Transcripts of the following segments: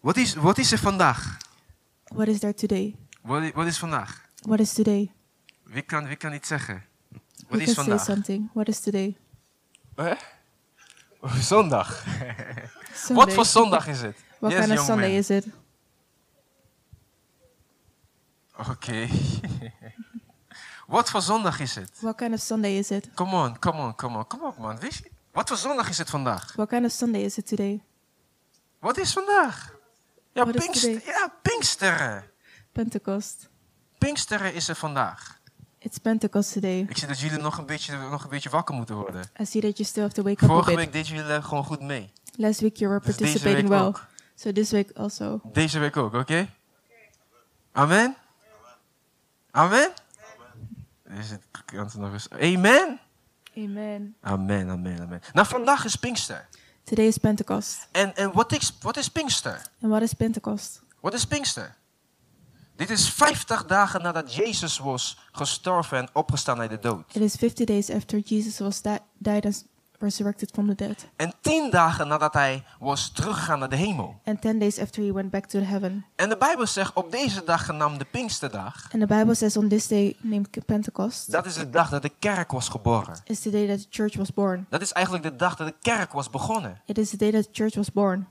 Wat is, wat is er vandaag? What is there today? Wat i- wat is vandaag? What is today? Wie kan, wie kan iets zeggen? Wat We is can say vandaag? something. What is today? Zondag. Sunday. Wat voor zondag is het? What Yes, kind young of Sunday man. is it? Oké. wat voor zondag is het? What kind of Sunday is it? Come on, come on, come on. Kom op, man. Weet je- Wat voor zondag is het vandaag? What kind of Sunday is it today? Wat is vandaag? Ja, Wat is Pinkster, today? ja Pinksteren. Pentecost. Pinksteren is er vandaag. It's Pentecost today. Ik zie dat jullie nog een beetje, nog een beetje wakker moeten worden. I see that you still have to wake up a Vorige bit. week deden jullie er gewoon goed mee. Last week you were Dus deze participating week well. ook. So this week also. Deze week ook, oké? Amen? Amen? Is het kan het nog eens? Amen? Amen. Amen, amen, amen. Nou, vandaag is Pinkster. Today is Pentecost. En, en wat, is, wat is Pinkster? And what is Pentecost? Wat is Pinkster? Dit is 50 dagen nadat Jezus was gestorven en opgestaan uit de dood. It is 50 days after Jesus was di- died and s- resurrected from the dead. En 10 dagen nadat hij was teruggegaan naar de hemel. And 10 days after he went back to heaven. En de Bijbel zegt op deze dag genaamd de Pinksterdag. And the Bible says on this day named K- Pentecost Dat is de dag dat de kerk was geboren. is the day that the church was born. Dat is eigenlijk de dag dat de kerk was begonnen. It is the day that the church was born.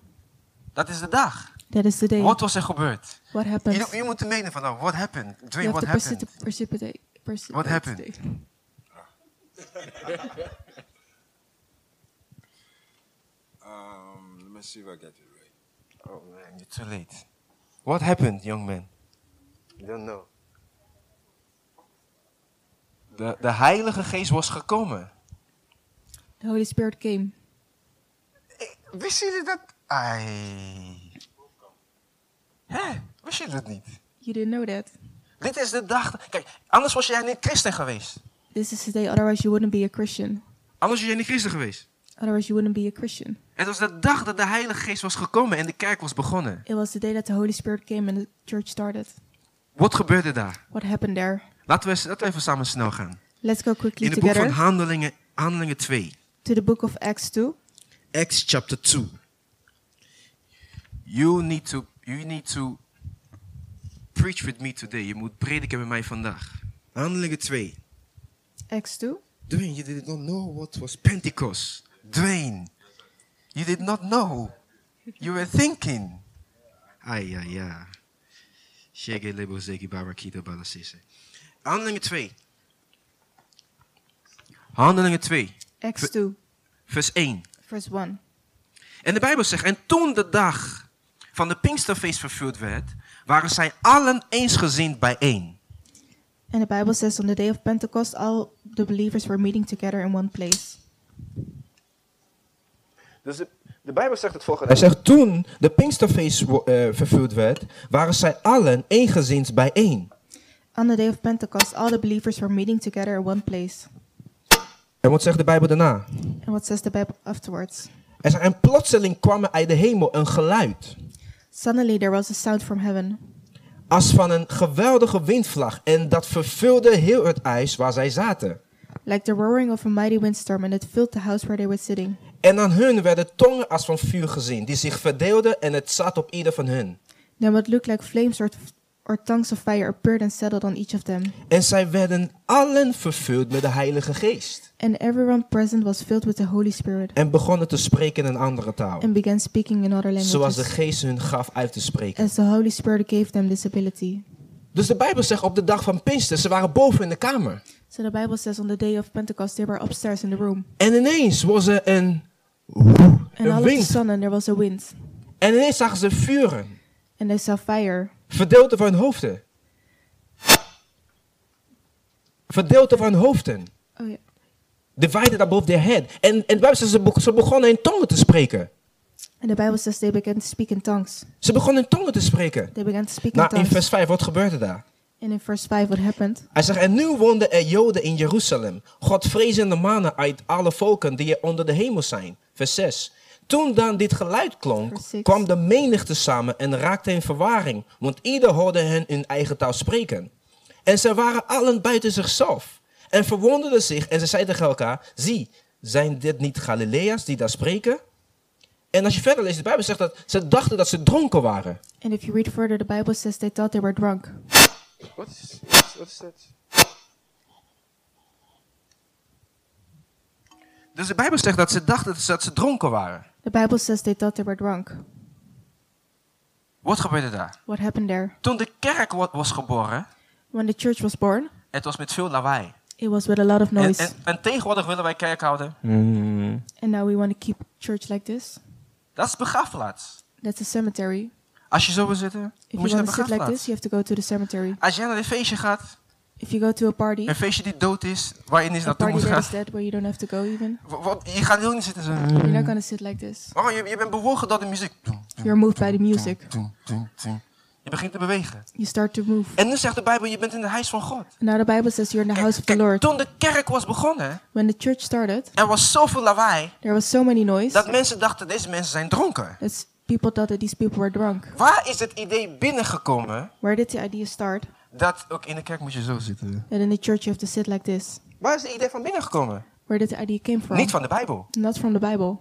Dat is de dag. That is the day. Wat was er gebeurd? What happened? Je, je moet menen van, oh, what happened? You Dwayne, have what to happened? precip- precipitate. precipitate What happened? today. Um, let me see if I get it right. Oh man, you're too late. What happened, young man? You don't know. De, de Heilige Geest was gekomen. The Holy Spirit came. Wist jullie dat? Ai. Hé, wist je dat niet? You didn't know that. Dit is de dag. Kijk, anders was jij niet christen geweest. This is the day, otherwise, you wouldn't be a Christian. Anders was jij niet christen geweest. Otherwise, you wouldn't be a Christian. Het was de dag dat de Heilige Geest was gekomen en de kerk was begonnen. It was the day that the Holy Spirit came and the church started. Wat gebeurde daar? What happened there? Laten we, eens- laten we even samen snel gaan. Let's go quickly In het boek van together Handelingen, Handelingen 2. to the book of Acts 2. Acts chapter 2. You need to you need to preach with me today. Je moet prediken met mij vandaag. Handelingen 2. Acts 2. Dwayne, you did not know what was Pentecost. Dwayne, you did not know. You were thinking. Ai ja ja. Shege lebo zeki barakito balasise. Handelingen 2. Handelingen 2, Acts 2, vers 1. verse 1. En de Bijbel zegt, en toen de dag van de Pinksterfeest vervuld werd, waren zij allen eensgezind bijeen. And the Bible says, on the day of Pentecost, all the believers were meeting together in one place. Dus de, Bijbel zegt het volgende. Hij zegt, toen de Pinksterfeest wo- eh, vervuld werd, waren zij allen eensgezind bijeen. On the day of Pentecost, all the believers were meeting together in one place. En wat zegt de Bijbel daarna? And what says the Bible afterwards? Hij zegt, en plotseling kwam er uit de hemel een geluid, Suddenly there was a sound from heaven, als van een geweldige windvlag, en dat vervulde heel het ijs waar zij zaten. like the roaring of a mighty windstorm, and it filled the house where they were sitting. En aan hun werden tongen als van vuur gezien, die zich verdeelden en het zat op ieder van hun. Then what looked like flames or, or tongues of fire appeared and settled on each of them. En zij werden allen vervuld met de Heilige Geest. And everyone present was filled with the Holy Spirit En begonnen te spreken in een andere taal. and began speaking in other Zoals de languages, Geest hun gaf uit te spreken. as the Holy Spirit gave them this ability. Dus de Bijbel zegt op de dag van Pinkster, ze waren boven in de kamer. So the Bible says on the day of Pentecost they were upstairs in the room, En ineens was er een, and all een of a wind. sudden there was a wind, En ineens zagen ze vuren. and they saw fire, Verdeelte van hun hoofden. Verdeelte van hun hoofden. oh yeah, Divided above their head. En, en de Bijbel zegt, ze, be- ze begonnen in tongen te spreken. and the Bible says they began to speak in tongues. Ze begonnen in tongen te spreken. They began to speak in Nou, in tongues. vers 5, wat gebeurde daar? and in verse five, what happened? Hij zegt, en nu woonden er Joden in Jeruzalem, Godvrezende mannen uit alle volken die er onder de hemel zijn. Vers 6. Toen dan dit geluid klonk, Vers zes. kwam de menigte samen en raakte in verwarring, want ieder hoorde hen hun eigen taal spreken. En zij waren allen buiten zichzelf en verwonderden zich en ze zeiden tegen elkaar, zie, zijn dit niet Galilea's die daar spreken? En als je verder leest, de Bijbel zegt dat ze dachten dat ze dronken waren. And if you read further, the Bible says they thought they were drunk. What is, what is that? Dus de Bijbel zegt dat ze dachten dat ze dronken waren. The Bible says they thought they were drunk. Wat gebeurde daar? What happened there? Toen de kerk wa- was geboren, When the church was born, het was met veel lawaai. it was with a lot of En, noise. en, en tegenwoordig willen wij kerk houden. And now we want to keep church like this. Dat is begraafplaats. That's a cemetery. Als je zo wil zitten, If moet you je naar want to sit like begraafplaats. this, you have to go to the cemetery. Als jij naar een feestje gaat, If you go to a party, een feestje die dood is, waar je niet a naartoe party moet that gaan. is dead where you don't have to go even, wa- wa- je gaat heel niet zitten zo. you're not gonna sit like this. Oh, je, je bent bewogen door de muziek. You're moved by the music. Je begint te bewegen. You start to move. En nu zegt de Bijbel, je bent in het huis van God. And now the Bible says you're in the house of the Kijk, Lord. toen de kerk was begonnen, When the church started, er was zoveel lawaai, there was so many noise dat mensen dachten, deze mensen zijn dronken. that people thought that these people were drunk. Waar is het idee binnengekomen Where did the idea start? dat ook in de kerk moet je zo zitten? That in the church you have to sit like this. Waar is het idee van binnengekomen? Where did the idea came from? Niet van de Bijbel. Not from the Bible.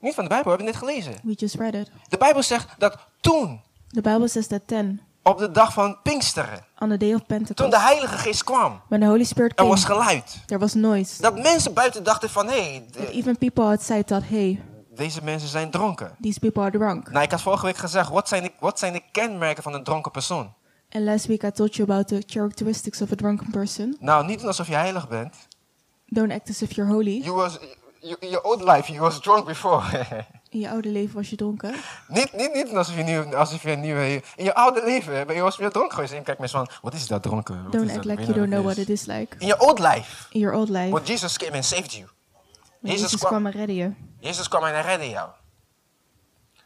Niet van de Bijbel, we hebben het net gelezen. We just read it. De Bijbel zegt dat toen, The Bible says that then, op de dag van Pinksteren, on the day of toen de Pentecost, Heilige Geest kwam, when the Holy Spirit er came, was geluid. there was noise. Dat mensen buiten dachten van, hé, hey, That de- even people outside thought, hey, deze mensen zijn dronken. these people are drunk. Nou, ik had vorige week gezegd, wat zijn, de, wat zijn de kenmerken van een dronken persoon? And last week I told you about the characteristics of a drunken person. Nou, niet doen alsof je heilig bent. Don't act as if you're holy. You was, you, in your old life, you was drunk before. In je oude leven was je dronken. niet, niet, niet doen alsof je, nieuw, alsof je een nieuwe... In je oude leven ben je was weer dronken geweest. En kijk mensen van, wat is dat dronken? Wat Don't is act dat? like Weet je you don't know nou what it is like. In je old life, In your old life, when Jesus came and saved you. when Jezus Jezus kwam- kwam en redde je. Jezus kwam en hij redde jou.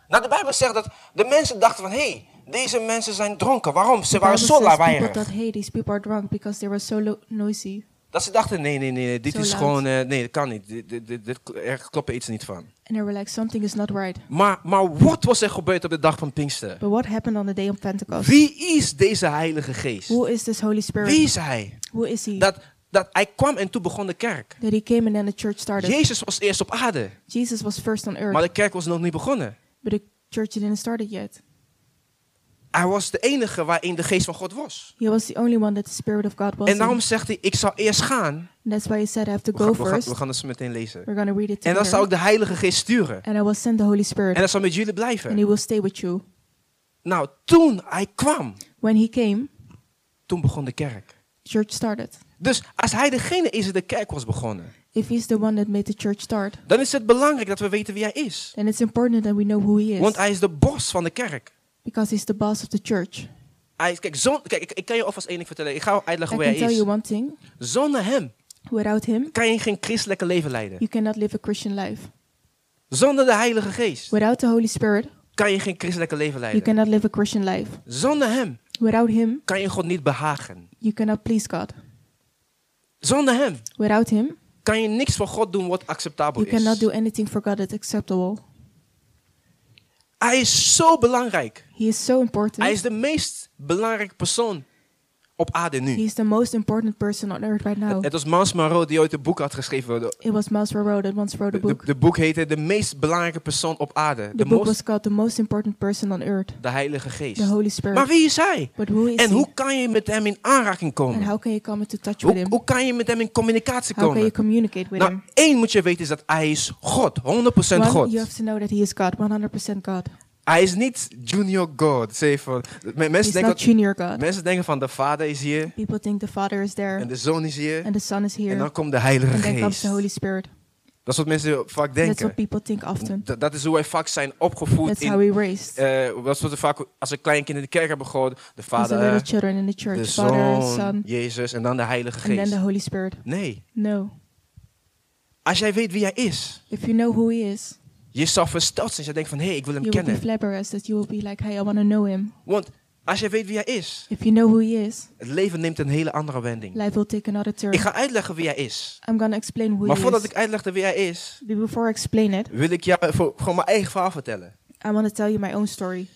Nou, de Bijbel zegt dat de mensen dachten van... Hé, hey, deze mensen zijn dronken. Waarom? Ze The Bible waren zo says people lawaaiig. thought, hey, these people are drunk because they were so lo- noisy. Dat ze dachten, nee, nee, nee, dit Zo is laat. gewoon... eh, nee, dat kan niet. Dit, dit, dit, dit- er klopt iets niet van. And they were like, something is not right. Maar, maar wat was er gebeurd op de dag van Pinksteren? But what happened on the day of Pentecost? Wie is deze heilige geest? Who is this Holy Spirit? Wie is hij? Who is he? Dat, dat hij kwam en toen begon de kerk. That he came and then the church started. Jezus was eerst op aarde, Jesus was first on earth, maar de kerk was nog niet begonnen. but the church didn't start it yet. Hij was de enige waarin de geest van God was. He was the only one that the Spirit of God was En daarom in. zegt hij, ik zal eerst gaan. And that's why he said, I have to We go gaan, we, gaan, first. we gaan het zo meteen lezen. We're going to read it En dan zal together. ik de heilige geest sturen. And I will send the Holy Spirit, En dat zal met jullie and he blijven. will stay with you. Nou, toen hij kwam, When he came, toen begon de kerk. church started. Dus als hij degene is die de kerk was begonnen, If he's the one that made the church start, dan is het belangrijk dat we weten wie hij is. then it's important that we know who he is. Want hij is de bos van de kerk. because he's the boss of the church. Hij is, kijk, zon, kijk ik, ik kan je alvast één ding vertellen. Ik ga uitleggen I hoe can hij tell is. you one thing Zonder hem without him, kan je geen christelijke leven leiden. you cannot live a Christian life. Zonder de Heilige Geest Without the Holy Spirit, kan je geen christelijke leven you leiden. cannot live a Christian life. Zonder hem Without him, kan je God niet behagen. you cannot please God. Zonder hem Without him, kan je niks voor God doen wat acceptabel you cannot do is. anything for God that's acceptable. Hij is zo belangrijk. He is so Hij is important. de meest belangrijke persoon op aarde nu. He is the most important person on earth right now. Het was Mans Monroe die ooit een boek had geschreven. De, It was Miles Monroe that once wrote a de, book. de boek heette De meest belangrijke persoon op aarde. The De, book most- was called The Most Important Person on Earth, de Heilige Geest. The Holy Maar Spirit. wie is hij? But who is En he? hoe kan je met hem in aanraking And komen? how can you come into touch with Hoe, him? hoe kan je met hem in communicatie How can you komen? communicate with Nou, him? één moet je weten is dat hij is God, 100% One, God. you have to know that he is God, 100% God. Hij is niet junior God. Zeg van, men- mensen, He's denken, not junior God. mensen denken van de vader is hier People think the Father is en there de zoon is hier and the Son is en here dan komt de heilige and then comes geest. the Holy Spirit. Dat is wat mensen vaak That's what denken. people think often. Dat, dat is hoe wij vaak zijn opgevoed. That's how In, we raised. eh, dat is wat we vaak als een kleinkind in de kerk hebben gehoord. De As the little vader, children in the de church, Father, zoon, Son, Jezus en dan de heilige and then geest. the Holy Spirit. Nee, No. als jij weet wie hij is, If you know who he is, je zal versteld zijn. Je denkt van, hé, hey, ik wil hem you will be kennen. flabbergasted. You will be like, hey, I want to know him. Want als jij weet wie hij is, If you know who he is, het leven neemt een hele andere wending. life will take another turn. Ik ga uitleggen wie hij is. I'm going to explain who Maar he is. voordat ik uitlegde wie hij is, But Before I explain it, wil ik jou voor, gewoon mijn eigen verhaal vertellen. I want to tell you my own story.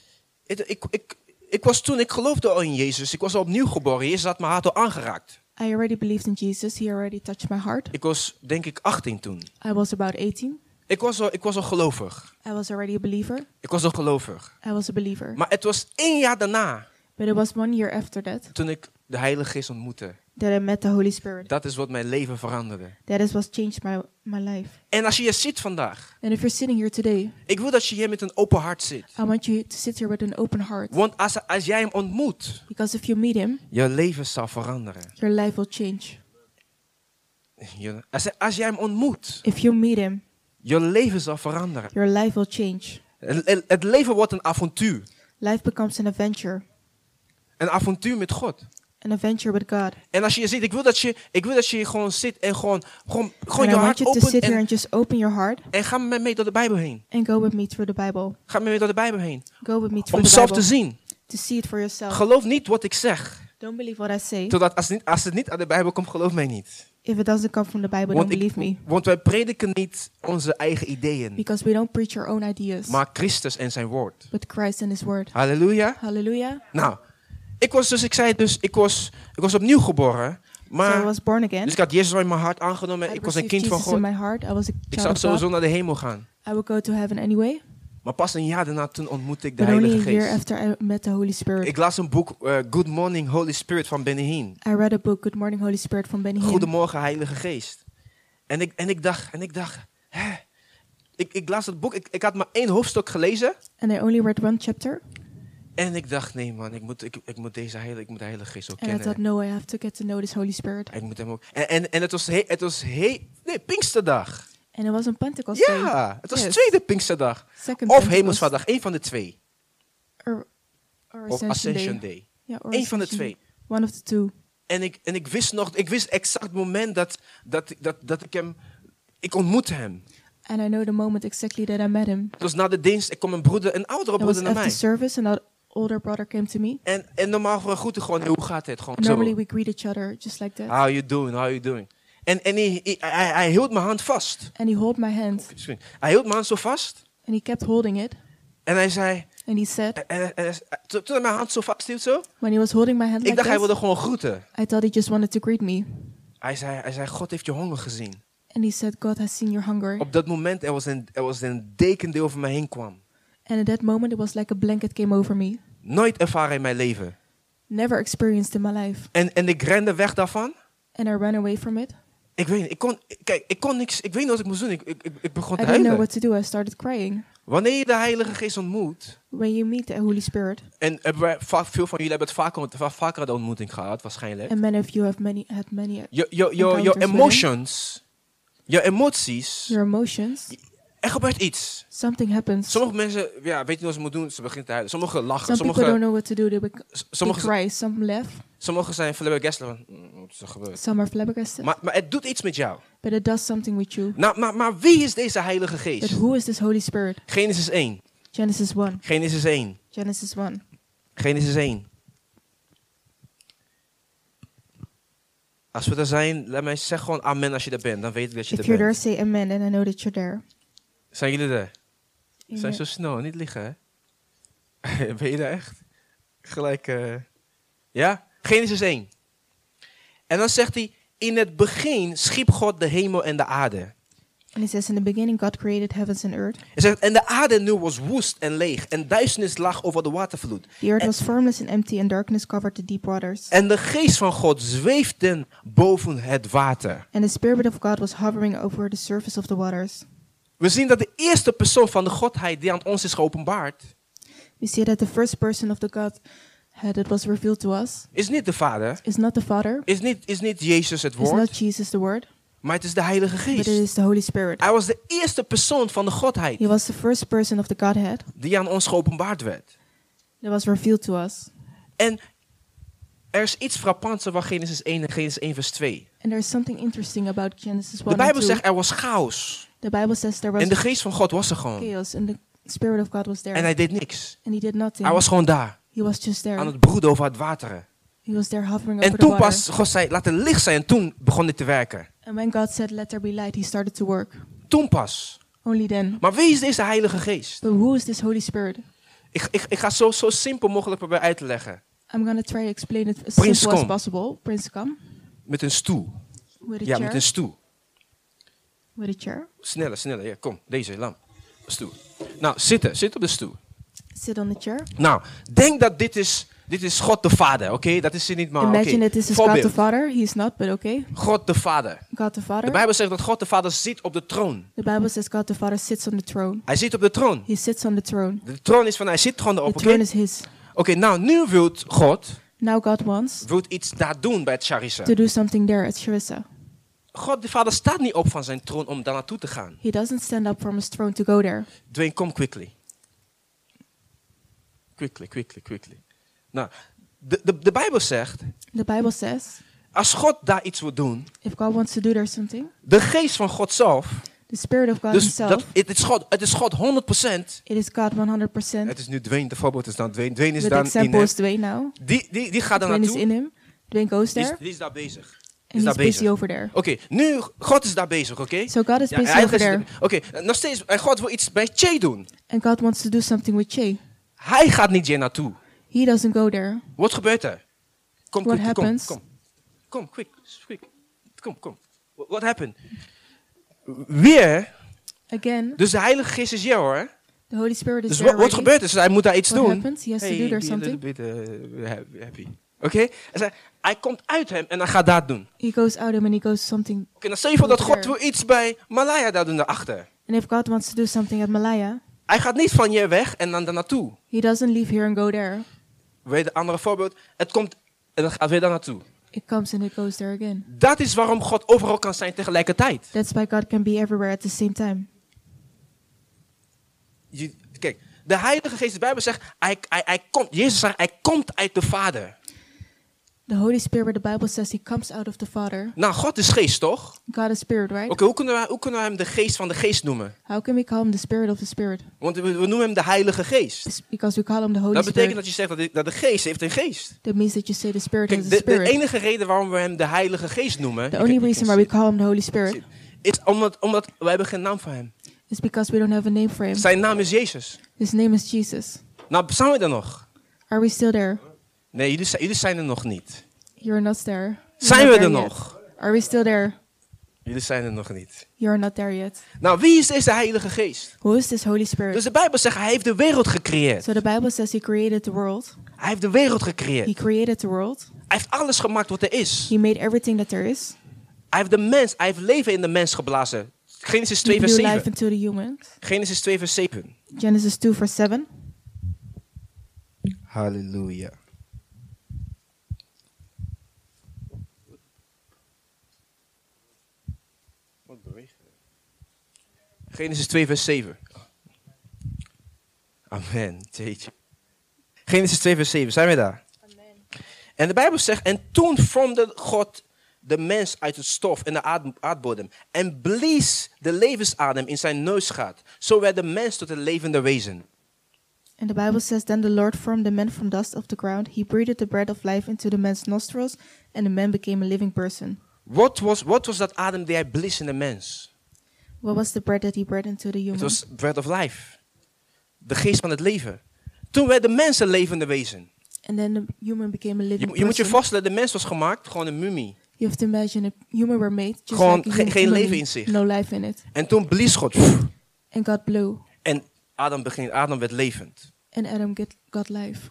Ik, ik, ik, ik was toen, ik geloofde al in Jezus. Ik was al opnieuw geboren. Jezus had mijn hart al aangeraakt. I already believed in Jesus. He already touched my heart. Ik was denk ik 18 toen. I was about 18. Ik was, al, ik was al gelovig. I was already a believer. Ik was al gelovig. I was a believer. Maar het was één jaar daarna But it was one year after that toen ik de Heilige Geest ontmoette. that I met the Holy Spirit. Dat is wat mijn leven veranderde. That is what changed my, my life. En als je je zit vandaag, And if you're sitting here today, ik wil dat je hier met een open hart zit. I want you to sit here with an open heart. Want als, als jij hem ontmoet, Because if you meet him, je leven zal veranderen. your life will change. Je- als, als jij hem ontmoet, If you meet him, je leven zal veranderen. your life will change. Het, het- het leven wordt een avontuur. Life becomes an adventure, Een avontuur met God. an adventure with God. En als je hier zit, ik wil dat je, ik wil dat je hier gewoon zit en gewoon, gewoon, gewoon and je I want hart you to opent. sit here En, and just open your heart en ga met mij mee door de Bijbel heen. and go with me through the Bible. Ga met mij door de Bijbel heen. Go with me through Om the zelf Bible te zien. to see it for yourself. Geloof niet wat ik zeg. don't believe what I say. Totdat als, niet, als het niet uit de Bijbel komt, geloof mij niet. If it doesn't come from the Bible, don't Want, ik, believe me. want wij prediken niet onze eigen ideeën, Because we don't preach our own ideas, maar Christus en zijn woord. but Christ and His Word. Halleluja. Hallelujah. Nou, ik was dus, ik zei het dus, ik was, ik was opnieuw geboren. so I Maar, was born again. dus ik had Jezus al in mijn hart aangenomen. I Ik was een received kind van Jesus God. in my heart. I was a Ik child zou of God. sowieso naar de hemel gaan. I would go to heaven anyway. Maar pas een jaar daarna, toen ontmoette ik de But only Heilige a year Geest. after I met the Holy Spirit, Ik las een boek, eh, Good Morning Holy Spirit van Benny Hinn. I read a book, Good Morning Holy Spirit, from Benny Hinn. Goedemorgen Heilige Geest. En ik, en ik dacht, en ik dacht, hè? Ik, ik las het boek, ik, ik had maar één hoofdstuk gelezen. And I only read one chapter. En ik dacht, nee man, ik moet, ik, ik moet deze heilige, ik moet de Heilige Geest ook And I thought, kennen. no, I have to get to know this Holy Spirit. Ik moet hem ook, en, en, en het was, he, het was he, nee, Pinksterdag. And it was on Pentecost Day. Ja, het was Yes. tweede Pinksterdag. Second Of Pentecost. Hemelsvaardag, één van de twee. Or, or Of Ascension, Ascension Day. Day. Ja, or Eén van de Ascension twee. Day. One of the two. En ik, en ik wist nog, ik wist exact het moment dat, dat, dat, dat ik hem, ik ontmoette hem. And I know the moment exactly that I met him. Het was na de dienst, ik kom een broeder, een oudere It was broeder naar after mij. service, and our older brother came to me. En, en normaal groeten gewoon, hoe gaat het? Gewoon zo. Ah. Normally we greet each other just like that. How you doing, how you doing? En, en hij, hij, hij, hij hield mijn hand vast. And he held my hand, Sorry. Hij hield mijn hand zo vast. and he kept holding it. En hij zei, And he said, en- en- en- toen toen hij mijn hand zo vast hield zo, when he was holding my hand ik like dacht hij this, wilde gewoon groeten. I thought he just wanted to greet me. Hij zei, hij zei, God heeft je honger gezien. And he said, God has seen your hunger. Op dat moment, er was een, er was een deken die over mij heen kwam. And at that moment, it was like a blanket came over me. Nooit ervaren in mijn leven. Never experienced in my life. En, en ik rende weg daarvan. And I ran away from it. Ik weet niet, ik kon, kijk, ik kon niks, ik weet niet wat ik moest doen. Ik, ik, ik- ik begon te I didn't huilen. know what to do. I started crying. Wanneer je de Heilige Geest ontmoet, When you meet the Holy Spirit, en hebben wij va- veel van jullie hebben het vaker, va- vaker de ontmoeting gehad, waarschijnlijk. and many of you have many had many Je- je- je- Je Encounters with emotions, je emoties, your emotions, er gebeurt iets. something happens. Sommige mensen ja, weten niet wat ze moeten doen, ze beginnen te huilen. Sommigen lachen, Some people don't sommigen, know what to do. They, bec- s- they sommigen, cry. Some laugh. sommigen zijn Flabber Gessler van, "Mm, wat is er gebeurd? Some are flabbergasted. Maar, maar het doet iets met jou. But it does something with you. Nou, maar, maar wie is deze Heilige But Geest? who is this Holy Spirit? Genesis 1, Genesis 1. Genesis 1. Genesis 1. Genesis 1. Als we er zijn, laat mij zeggen gewoon amen als je er bent. Dan weet ik dat je If er you're there, bent. say amen, and I know that you're there. Zijn jullie er? Zijn Amen. zo snel, niet liggen hè? ben je er echt? Gelijk, eh, ja? Genesis 1. En dan zegt hij, in het begin schiep God de hemel en de aarde. And it says, In the beginning, God created heavens and earth. Hij zegt, en de aarde nu was woest en leeg en duisternis lag over de watervloed. The earth En- was formless and empty, and darkness covered the deep waters. En de geest van God zweefde boven het water. And the Spirit of God was hovering over the surface of the waters. We zien dat de eerste persoon van de Godheid die aan ons is geopenbaard, We see that the first person of the Godhead that was revealed to us is niet de Vader, is not the Father, is niet, is niet Jezus het is not woord, Jesus the Word, maar het is de Heilige but it Geest. is the Holy Spirit. Hij was de eerste persoon van de Godheid He was the first person of the Godhead die aan ons geopenbaard werd. that was revealed to us. En er is iets frappants van Genesis 1 en Genesis 1 vers 2. And there's something interesting about Genesis 1. De Bijbel and 2. zegt er was chaos. the Bible says there was En de geest van God was er gewoon. chaos, and the Spirit of God was there. En hij deed niks. and he did nothing. Hij was gewoon daar, he was just there. aan het broeden over het water. he was there hovering En over the toen water. pas God zei, laat er licht zijn. En toen begon dit te werken. and when God said, Let there be light, he started to work. Toen pas. Only then. Maar wie is deze Heilige Geest? But who is this Holy Spirit? Ik, ik, ik ga zo, zo simpel mogelijk proberen uit te leggen. I'm gonna try to explain it as Prins simple as Kom. possible. Prince come Met een stoel. with a Ja, chair met een stoel. with a chair. Sneller, sneller. Ja, kom, deze lamp. Stoel. Nou, zitten. Zit op de stoel. Sit on the chair. Nou, denk dat dit is, dit is God de Vader, oké? Dat is hij niet, maar oké. Imagine that this is Voorbeeld. God the Father. He's not, but okay. God de Vader. God the Father. De Bijbel zegt dat God de Vader zit op de troon. The Bible says God the Father sits on the throne. Hij zit op de troon. He sits on the throne. De troon is van, hij zit gewoon The erop, oké? throne is his. Oké, nou, nu wil God Now God wants wil iets daar doen bij het Charissa. to do something there at Sharissa. God de Vader staat niet op van zijn troon om daar naartoe te gaan. He doesn't stand up from his throne to go there. Dwayne, kom quickly. Quickly, quickly, quickly. Nou, de, de, de Bijbel zegt, The Bible says als God daar iets wil doen, if God wants to do there something, de geest van God zelf, the Spirit of God dus dat, Himself, het, is God, het is God 100%. it is God 100%. Het is nu Dwayne, de voorbeeld is dan Dwayne. Dwayne is With dan in example hem. is Dwayne now. Die, die, die gaat daar Dwayne is naartoe. in him. Dwayne goes Die is, there die is daar bezig. Die and Is daar he's busy bezig. over there. Oké, nu, God is daar bezig, oké? So God is Ja, busy hij over is- there. Oké, nog steeds, en God wil iets bij Che doen. And God wants to do something with Che. Hij gaat niet hier naartoe. He doesn't go there. Wat gebeurt er? Kom, What quick, kom, happens? kom. Kom, quick, quick. Kom, kom. Wh- What happened? Weer, Again, dus de Heilige Geest is hier hoor. the Holy Spirit is Dus there wat, wat already. gebeurt er? Dus hij moet daar iets What doen. happens? He has to Hey, do there be a little something. bit eh, ha- happy. Oké? En zij- Hij komt uit hem en hij gaat dat doen. Oké, He goes out him and he goes something. dan stel je voor dat Goed, God sir. wil iets bij Malaya daar doen daarachter. And if God wants to do something at Malaya, Hij gaat niet van hier weg en dan daar naartoe. he doesn't leave here and go there. Weet een andere voorbeeld. Het komt en dan gaat weer daar naartoe. It comes and it goes there again. Dat is waarom God overal kan zijn tegelijkertijd. That's why God can be everywhere at the same time. Je- kijk, de Heilige Geest, de Bijbel zegt, hij, hij, hij komt, Jezus zegt, hij komt uit de Vader. The Holy Spirit, the Bible says, he comes out of the Father. Nou, God is geest, toch? Oké, God is spirit, right? hoe, kunnen wij- hoe kunnen we hem de geest van de geest noemen? How can we call him the spirit of the spirit? Want we, we noemen hem de Heilige Geest. It's because we call him the Holy Dat Spirit. betekent dat je zegt dat de, dat de geest heeft een geest. that means that you say the spirit Kijk, has a de, de spirit. enige reden waarom we hem de Heilige Geest noemen, the ik- only ik- ik- reason why we call him the Holy Spirit is omdat, omdat wij hebben geen naam voor hem. is because we don't have a name for him. Zijn naam is Jezus. His name is Jesus. Nou, zijn we er nog? Are we still there? Nee, jullie, zijn- jullie zijn er nog niet. You're not there. You're Zijn not we there er yet. nog? Are we still there? Jullie zijn er nog niet. You're not there yet. Nou, wie is deze Heilige Geest? Who is this Holy Spirit? Dus de Bijbel zegt, hij heeft de wereld gecreëerd. So the Bible says he created the world. Hij heeft de wereld He gecreëerd. created the world. Hij heeft alles gemaakt wat er is. He made everything that there is. Hij heeft de mens, hij heeft leven in de mens geblazen. Genesis 2 He vers blew life 7. into the humans. Genesis 2 vers 7. Genesis 2 verse 7. Halleluja. Wat beweegt er? Genesis 2 vers 7. Amen. Jeetje. Genesis 2 vers 7. Zijn we daar? En de Bijbel zegt, en toen vormde God de mens uit het stof en de aard- aardbodem en blies de levensadem in zijn neusgaat. Zo werd de mens tot een levende wezen. And the Bible says, Then the Lord formed the man from dust of the ground. He breathed the breath of life into the man's nostrils, and the man became a living person. Wat was, wat was dat adem die hij blies in de mens? What was the breath that he breathed into the human? Het was breath of life. De geest van het leven. Toen werd de mens een levende wezen. And then the human became a Je, living je moet je person. voorstellen, de mens was gemaakt, gewoon een mummie. You have to imagine if human were made just Gewoon like a ge- human geen mummy, leven in zich. No life in it. En toen blies God. And God blew, En Adam, begint, Adam werd levend. and Adam get, got life.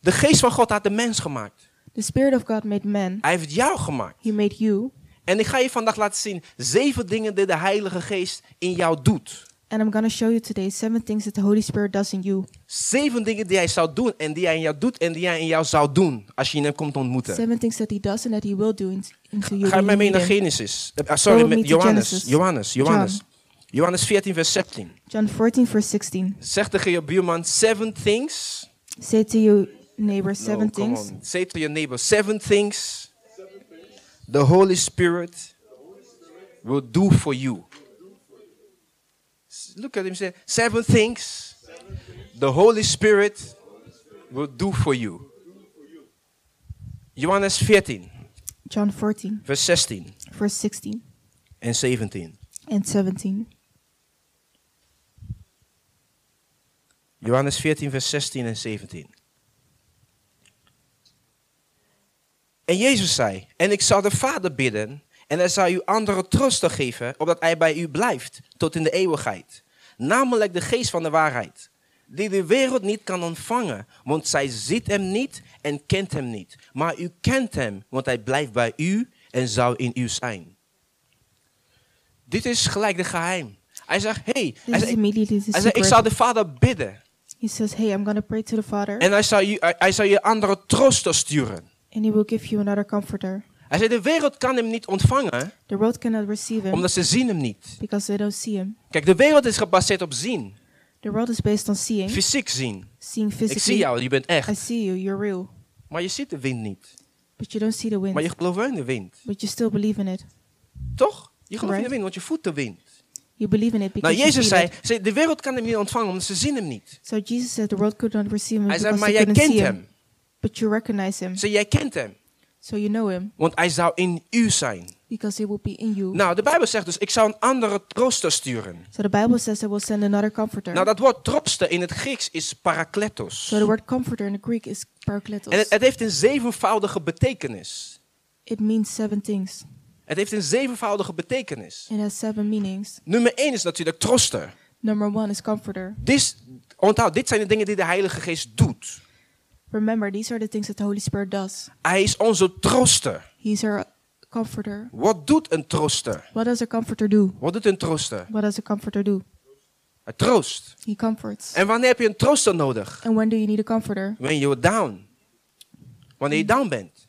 De geest van God had de mens gemaakt. The Spirit of God made man. Hij heeft jou gemaakt. He made you. En ik ga je vandaag laten zien zeven dingen die de Heilige Geest in jou doet. And I'm going to show you today seven things that the Holy Spirit does in you. Zeven dingen die hij zou doen en die hij in jou doet en die hij in jou zou doen als je hem komt ontmoeten. Seven things that he does and that he will do in, into Ga met you. when you mij meet naar him. Genesis. Eh, ah, sorry, Follow met me to Johannes. Genesis. Johannes, Johannes. John. Johannes 14, vers 17. John 14, verse 16. Zeg tegen je buurman seven things. Say to your neighbor No, come seven things. on. Say to your neighbor seven things. The Holy Spirit will do for you. S- Look at him say seven things. The Holy Spirit will do for you. Johannes 14, John 14, vers 16 verse 16 en 17. and 17. Johannes 14, vers 16 en 17. En Jezus zei: En ik zal de Vader bidden, En hij zal u andere troosten geven, opdat hij bij u blijft tot in de eeuwigheid. Namelijk de geest van de waarheid, die de wereld niet kan ontvangen, want zij ziet hem niet en kent hem niet. Maar u kent hem, want hij blijft bij u en zal in u zijn. Dit is gelijk de geheim. Hij zegt, hey, hij This is zegt, immediately the hij zegt, ik zal secret. de Vader bidden. He says, Hey, I'm going to pray to the Father, En hij zal je, hij- hij zal je andere troosten sturen. and He will give you another comforter. Hij zei, de wereld kan hem niet ontvangen, The world cannot receive Him omdat ze zien hem niet. because they don't see Him. Kijk, de wereld is gebaseerd op zien. The world is based on seeing, Fysiek zien. seeing Ik zie physically. jou, je bent I echt. see you, you're real, Maar je ziet de wind niet. but you don't see the wind. Maar je gelooft wel in de wind. But you still believe in it. Toch? Je gelooft in de Right. wind, want je voelt de wind. You believe in it Nou, because you Jezus feel zei, it. zei, de wereld kan hem niet ontvangen, omdat ze zien hem niet. So Jesus said the world could not receive him Hij zei, because maar jij they couldn't kent see hem. him. But you recognize him. Zei, jij kent hem, So you know him want hij zou in u zijn. because he will be in you. Nou, de Bijbel zegt dus, ik zou een andere trooster sturen. So the Bible says I will send another comforter. Nou, dat woord troosten in het Grieks is parakletos. so the word comforter in the Greek is parakletos. En het, het heeft een zevenvoudige betekenis. it means seven things. Het heeft een zevenvoudige betekenis. It has seven meanings. Nummer één is natuurlijk trooster. Number one is comforter. Dit, onthoud, dit zijn de dingen die de Heilige Geest doet. Remember, these are the things that the Holy Spirit does. Hij is onze trooster. He's our comforter. Wat doet een trooster? What does a comforter do? Wat doet een trooster? What does a comforter do? Hij troost. He comforts. En wanneer heb je een trooster nodig? and when do you need a comforter? When you're down. Wanneer je down bent.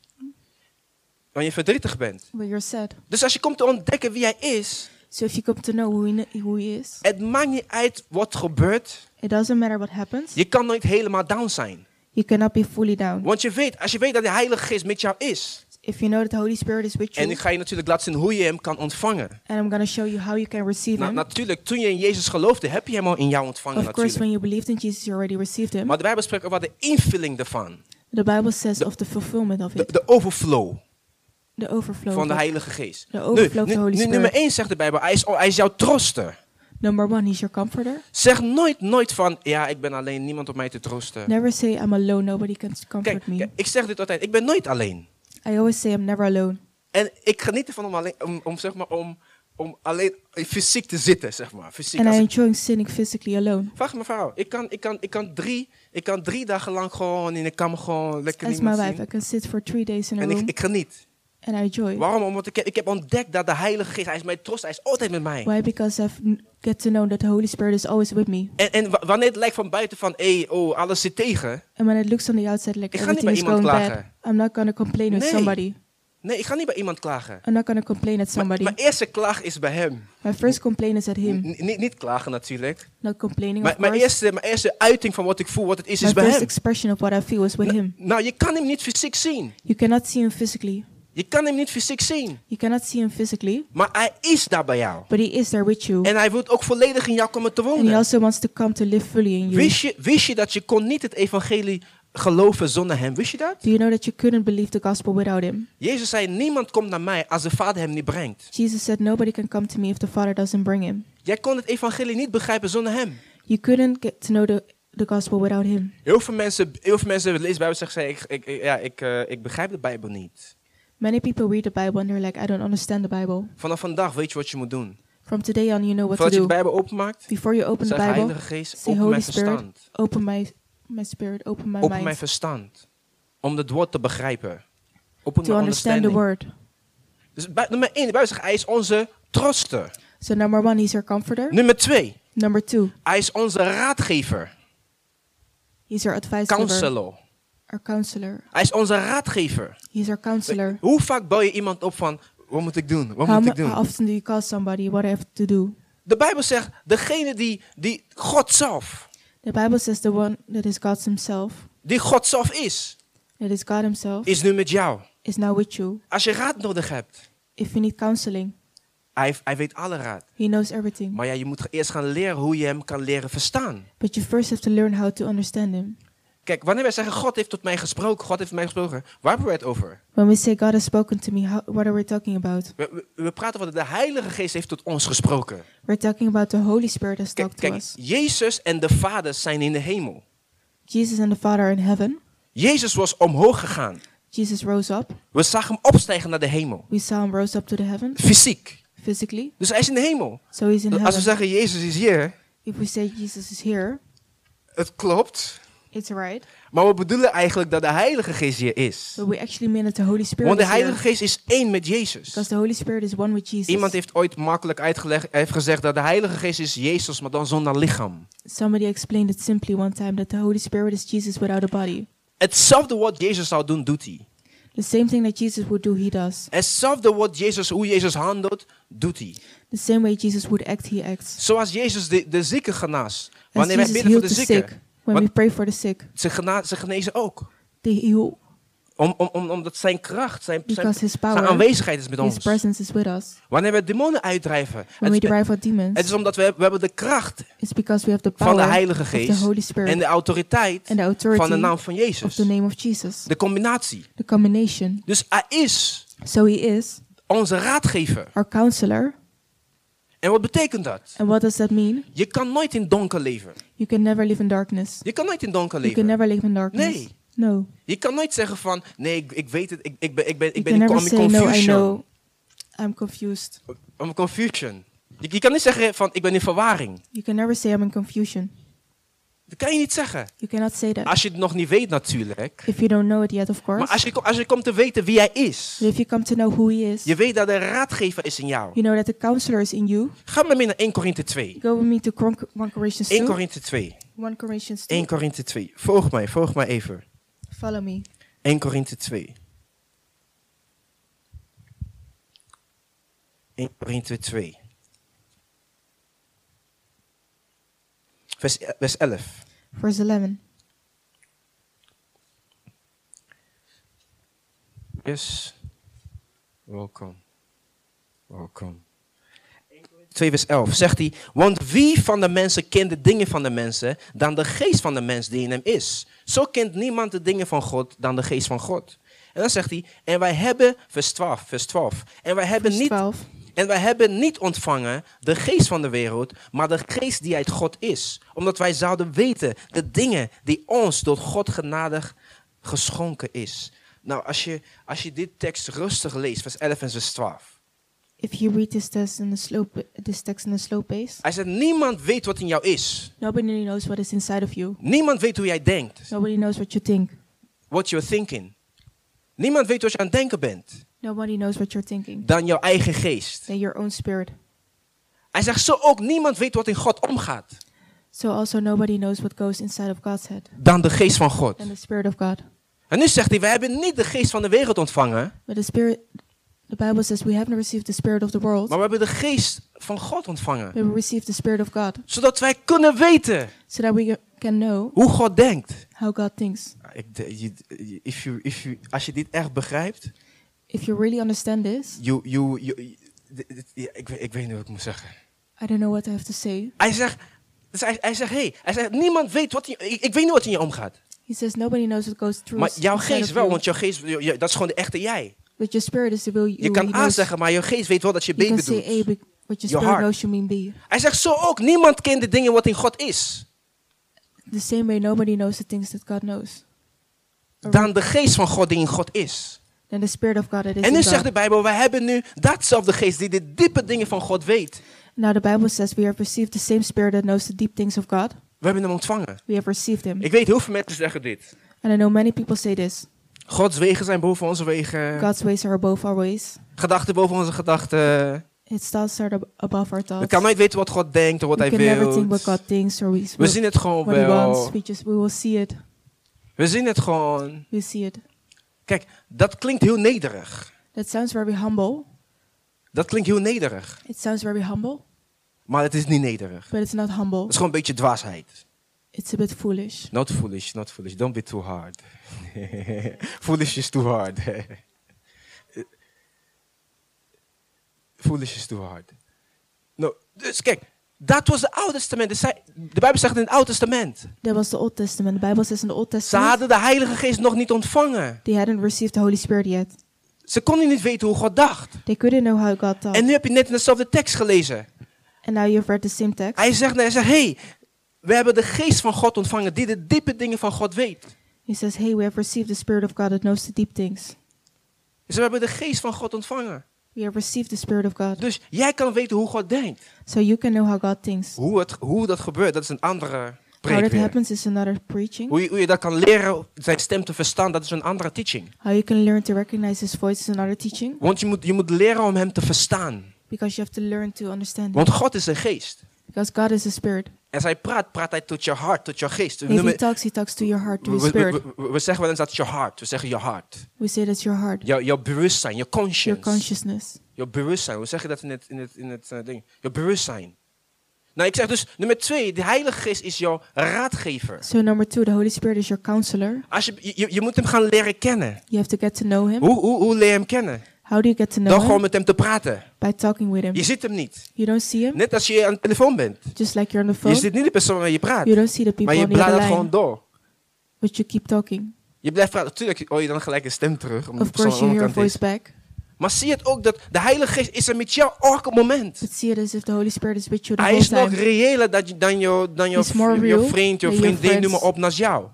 Wanneer je verdrietig bent. When you're sad. Dus als je komt te ontdekken wie hij is, So if you come to know who he, kn- who he is, het maakt niet uit wat gebeurt. it doesn't matter what happens. Je kan nooit helemaal down zijn. You cannot be fully down. Want je weet, als je weet dat de Heilige Geest met jou is. If you know that the Holy Spirit is with En you, ik ga je natuurlijk laten zien hoe je hem kan ontvangen. and I'm going to show you how you can receive Nou, Him. natuurlijk, toen je in Jezus geloofde, heb je hem al in jou ontvangen Of course, natuurlijk. when you believed in Jesus, you already received Him. Maar de Bijbel spreekt over de invulling daarvan. The Bible says of the fulfillment of De, it, de overflow the overflow. van Of de it. Heilige Geest. De overflow Nu, of the nu- Holy nu- Spirit. nummer 1 zegt de Bijbel, hij is, hij is jouw trooster. Number one, He's your comforter. Zeg nooit, nooit van, ja, ik ben alleen, niemand om mij te troosten. Never say I'm alone. Nobody can Kijk, comfort me. kijk, ik zeg dit altijd, ik ben nooit alleen. I always say I'm never alone. En ik geniet ervan om alleen, om, om, zeg maar, om, om alleen fysiek te zitten, zeg maar. Fysiek. And I Als ik- enjoy sitting physically alone. Vraag mijn vrouw. Ik kan, ik, kan, ik, kan drie, ik kan drie dagen lang gewoon in de kamer gewoon lekker As my niemand wife, I zien. can sit for three days in a En ik, room, ik geniet. and I enjoy. Waarom? Omdat ik, heb- ik heb ontdekt dat de Heilige Geest, hij is mijn troost, hij is altijd met mij. Why? Because I've n- get to know that the Holy Spirit is always with me. En, en wa- wanneer het lijkt van buiten van, hé, oh, alles zit tegen. And when it looks on the outside like Ik ga niet everything bij is iemand going klagen. bad, I'm not going to complain with Nee. somebody. Nee, ik ga niet bij iemand klagen. I'm not going to complain at Maar somebody. Mijn eerste klaag is bij hem. My first complaint is at him. N- niet, niet klagen natuurlijk. Not complaining, Maar of mijn course. eerste, mijn eerste uiting van wat ik voel, wat het is, My is bij first hem. expression of what I feel is with him. Nou, je kan hem niet fysiek zien. You cannot see him physically. Je kan hem niet fysiek zien. You cannot see him physically, Maar hij is daar bij jou. but he is there with you. En hij wil ook volledig in jou komen te And he wonen. also wants to come to live fully in you. Wist je, wist je dat je kon niet het evangelie geloven zonder hem? Wist je dat? Do you know that you couldn't believe the gospel without him? Jezus zei, niemand komt naar mij als de Vader hem niet brengt. Jesus said, Nobody can come to me if the Father doesn't bring him. Jij kon het evangelie niet begrijpen zonder hem. You couldn't get to know the, the gospel without him. Heel veel mensen, heel veel mensen lezen de Bijbel en zeggen, ik, ik, ik- ja, ik, eh, ik begrijp de Bijbel niet. Many people read the Bible and they're like, I don't understand the Bible. Vanaf vandaag weet je wat je moet doen. From today on, you know what to Voordat je de do. Bijbel openmaakt, Before you open the zeg Bible, Heilige Geest, say, open Holy mijn Spirit, verstand. open my, my spirit, open my Open mijn mind verstand. Om het woord te begrijpen. Open to mijn understand the understanding. word. Dus bij- nummer 1, de Bijbel zegt, hij is onze trooster. So number one, he's our comforter. Nummer 2, Number two, hij is onze raadgever. he's our advisor, Counselor. our counselor. Hij is onze raadgever. He's our counselor. Hoe vaak bel je iemand op van, wat moet ik doen? Wat moet How, mu- ik how doen? often do you call somebody? What I have to do? De Bijbel zegt, degene die, die God zelf, The Bible says the one that is God Himself, die God zelf is, that is God Himself, is nu met jou. is now with you. Als je raad nodig hebt, If you need counseling, hij, hij weet alle raad. He knows everything. Maar ja, je moet eerst gaan leren hoe je hem kan leren verstaan. But you first have to learn how to understand Him. Kijk, wanneer wij zeggen, God heeft tot mij gesproken, God heeft met mij gesproken, waar hebben we het over? When we say God has spoken to me, how, what are we talking about? We, we, we praten over de Heilige Geest heeft tot ons gesproken. We're talking about the Holy Spirit has Kijk, talked to kijk, us. Jezus en de Vader zijn in de hemel. Jesus and the Father are in heaven. Jezus was omhoog gegaan. Jesus rose up. We zagen hem opstijgen naar de hemel. We saw him rose up to the heaven Fysiek. physically. Dus hij is in de hemel. So he's in Als we heaven. zeggen Jezus is hier, If we say Jesus is here, het klopt. it's right. Maar we bedoelen eigenlijk dat de Heilige Geest hier is. But we actually mean that the Holy Spirit Want de is here, Heilige Geest is één met Jezus. because the Holy Spirit is one with Jesus. Iemand heeft ooit makkelijk uitgelegd, heeft gezegd dat de Heilige Geest is Jezus, maar dan zonder lichaam. Somebody explained it simply one time that the Holy Spirit is Jesus without a body. Hetzelfde wat Jezus zou doen, doet hij. The same thing that Jesus would do, he does. Hetzelfde wat Jezus, hoe Jezus handelt, doet hij. The same way Jesus would act, he acts. Zoals Jezus de, de zieken genas. As Wanneer wij Jesus bidden voor healed de the sick, zieken, when we want pray for the sick, ze, gena- ze genezen ook. they heal Om, om, om, omdat zijn kracht, zijn, zijn, because his zijn power, aanwezigheid is met his ons. presence is with us. Wanneer we demonen uitdrijven, When het, is- we drive out het is demons, omdat we, we hebben de kracht it's because we have the van power de of Heilige the Geest Holy en Spirit de autoriteit and the van de authority naam van of Jezus. the name of Jesus. De combinatie. The combination. Dus hij is So he is onze raadgever. our counselor. En wat betekent dat? And what does that mean? Je kan nooit in donker leven. You can never live in darkness. Je kan nooit in donker You can leven. never live in darkness. Nee. No. Je kan nooit zeggen van, nee, ik, ik weet het, ik, ik ben, ik ben, You ik can ben in never I'm in say, no, I confusion. know. I'm confused. I'm in confusion. Je, je kan niet zeggen van, ik ben in verwarring. You can never say, I'm in confusion. Dat kan je niet zeggen. You cannot say that. Als je het nog niet weet natuurlijk. If you don't know it yet, of Maar course. als je, ko- als je komt te weten wie hij is. But if you come to know who he is, Je weet dat de raadgever is in jou. you know that the counselor is in you. Ga maar mee naar 1 Korinthe 2. Go with me to Cron- 1 Corinthians 1 2. Korinthe 2. 1 Corinthians 2. 1 Korinthe 2. Volg mij, volg mij even. Follow me. 1 Korinthe 2. 1 Korinthe 2. Vers, eh, vers 11. Verse 11. Yes. Welkom. Welkom. 2 vers 11 zegt hij, want wie van de mensen kent de dingen van de mensen dan de geest van de mens die in hem is? Zo kent niemand de dingen van God dan de geest van God. En dan zegt hij, en wij hebben, vers 12, vers 12, en wij hebben, Verse niet, 12. en wij hebben niet ontvangen de geest van de wereld, maar de geest die uit God is. Omdat wij zouden weten de dingen die ons door God genadig geschonken is. Nou, als je, als je dit tekst rustig leest, vers 11 en vers 12. If you read this text in a slow, p- this text in a slow pace, Hij zegt, niemand weet wat in jou is. nobody knows what is inside of you. Niemand weet hoe jij denkt. Nobody knows what you think. What you're thinking. Niemand weet wat je aan het denken bent. Nobody knows what you're thinking. Dan jouw eigen geest. Than your own spirit. Hij zegt zo ook, niemand weet wat in God omgaat. So also nobody knows what goes inside of God's head Dan de geest van God. and the spirit of God. En nu zegt hij, wij hebben niet de geest van de wereld ontvangen. But the spirit, the Bible says, we haven't received the spirit of the world, Maar we hebben de geest van God ontvangen. but we received the spirit of God, Zodat wij kunnen weten so that we can know hoe God denkt. how God thinks. Ik de- je- je- if you- if you- als je dit echt begrijpt. If you really understand this, You, you, you- dit- dit- ja, ik, weet- ik weet niet wat ik moet zeggen. I don't know what I have to say. Hij zegt, dus hij, hij zegt, hey, hij zegt, niemand weet wat in, ik, ik weet niet wat in je omgaat. He says nobody knows what goes through. Maar us jouw inside geest of wel, you. want jouw geest, je- je- dat is gewoon de echte jij. But your spirit is the will you. Je he kan A knows- zeggen, maar je geest weet wel dat je B you can say A, bedoelt. but but your Your spirit heart. knows you mean B. Hij zegt zo ook, niemand kent de dingen wat in God is, The same way nobody knows the things that God knows. dan de geest van God die in God is. Then the spirit of God that is En nu in zegt God. de Bijbel, wij hebben nu datzelfde geest die de diepe dingen van God weet. Now the Bible says we have received the same spirit that knows the deep things of God. We hebben hem ontvangen. We have received him. Ik weet heel veel mensen zeggen dit. And I know many people say this. Gods wegen zijn boven onze wegen, God's ways are above our ways. gedachten boven onze gedachten. His thoughts are ab- above our We thoughts. kan nooit weten wat God denkt of wat we hij can never think wil. what God thinks or we, We zien het gewoon what he wants. wel. We just we will see it. We zien het gewoon. We see it. Kijk, dat klinkt heel nederig. That sounds very humble. Dat klinkt heel nederig. It sounds very humble, Maar het is niet nederig. Het but it's not humble. is gewoon een beetje dwaasheid. It's a bit foolish. Not foolish, not foolish. Don't be too hard. foolish is too hard. foolish is too hard. No, dus kijk, dat was het Oude Testament. Dus zij- De Bijbel zegt in het Oude Testament. That was the Old Testament. The Bible says in the Old Ze Testament hadden de Heilige Geest nog niet ontvangen. they hadn't received the Holy Spirit yet. Ze konden niet weten hoe God dacht. They couldn't know how God thought. En nu heb je net in dezelfde tekst gelezen. And now you've read the same text. Hij zegt, hij zegt, hey, we hebben de geest van God ontvangen die de diepe dingen van God weet. He says, Hey, we have received the Spirit of God that knows the deep things. Dus we hebben de geest van God ontvangen. We have received the Spirit of God. Dus jij kan weten hoe God denkt. So you can know how God thinks. Hoe, het, hoe dat gebeurt, dat is een andere How preek that weer. happens is another preaching. Hoe je, hoe je dat kan leren, zijn stem te verstaan, dat is een andere teaching. How you can learn to recognize His voice is another teaching. Want je moet, je moet leren om hem te verstaan. Because you have to learn to understand Him. Want God is een geest. Because God is a Spirit. Als hij praat, praat hij tot je hart, tot je geest. We, If He noemen- talks, He talks to your heart, to we, your we- spirit. we- we- we zeggen wel eens dat je hart. We zeggen je hart. We say that's your heart, Jouw, jouw bewustzijn, je your conscience. consciousness. Je bewustzijn. Hoe zeg je dat in het, in het, in het eh, ding? Je bewustzijn. Nou, ik zeg dus, nummer twee, de Heilige Geest is jouw raadgever. So number two, the Holy Spirit is your counselor. Als je, je, je moet hem gaan leren kennen. You have to get to know Him. Hoe, hoe, hoe leer je hem kennen? How do you get to know Dan gewoon Him? met hem te praten. By talking with Him. Je ziet hem niet. You don't see Him, Net als je aan de telefoon bent. just like you're on the Je phone. ziet niet de persoon waarmee je praat. You don't see the people Maar je on the bladert other gewoon line, door. but you keep talking. Je blijft praten. Natuurlijk hoor je dan gelijk een stem terug. Omdat de Of persoon course, aan de you hear andere your kant is. voice back. Maar zie het ook dat de Heilige Geest is er met jou ook op het moment. But see it as if the Holy Spirit is with you the Hij whole is nog time. reëler dat je- dan je, dan je, He's more je real vriend, je than your vriendin, noem maar friends. op, naast jou.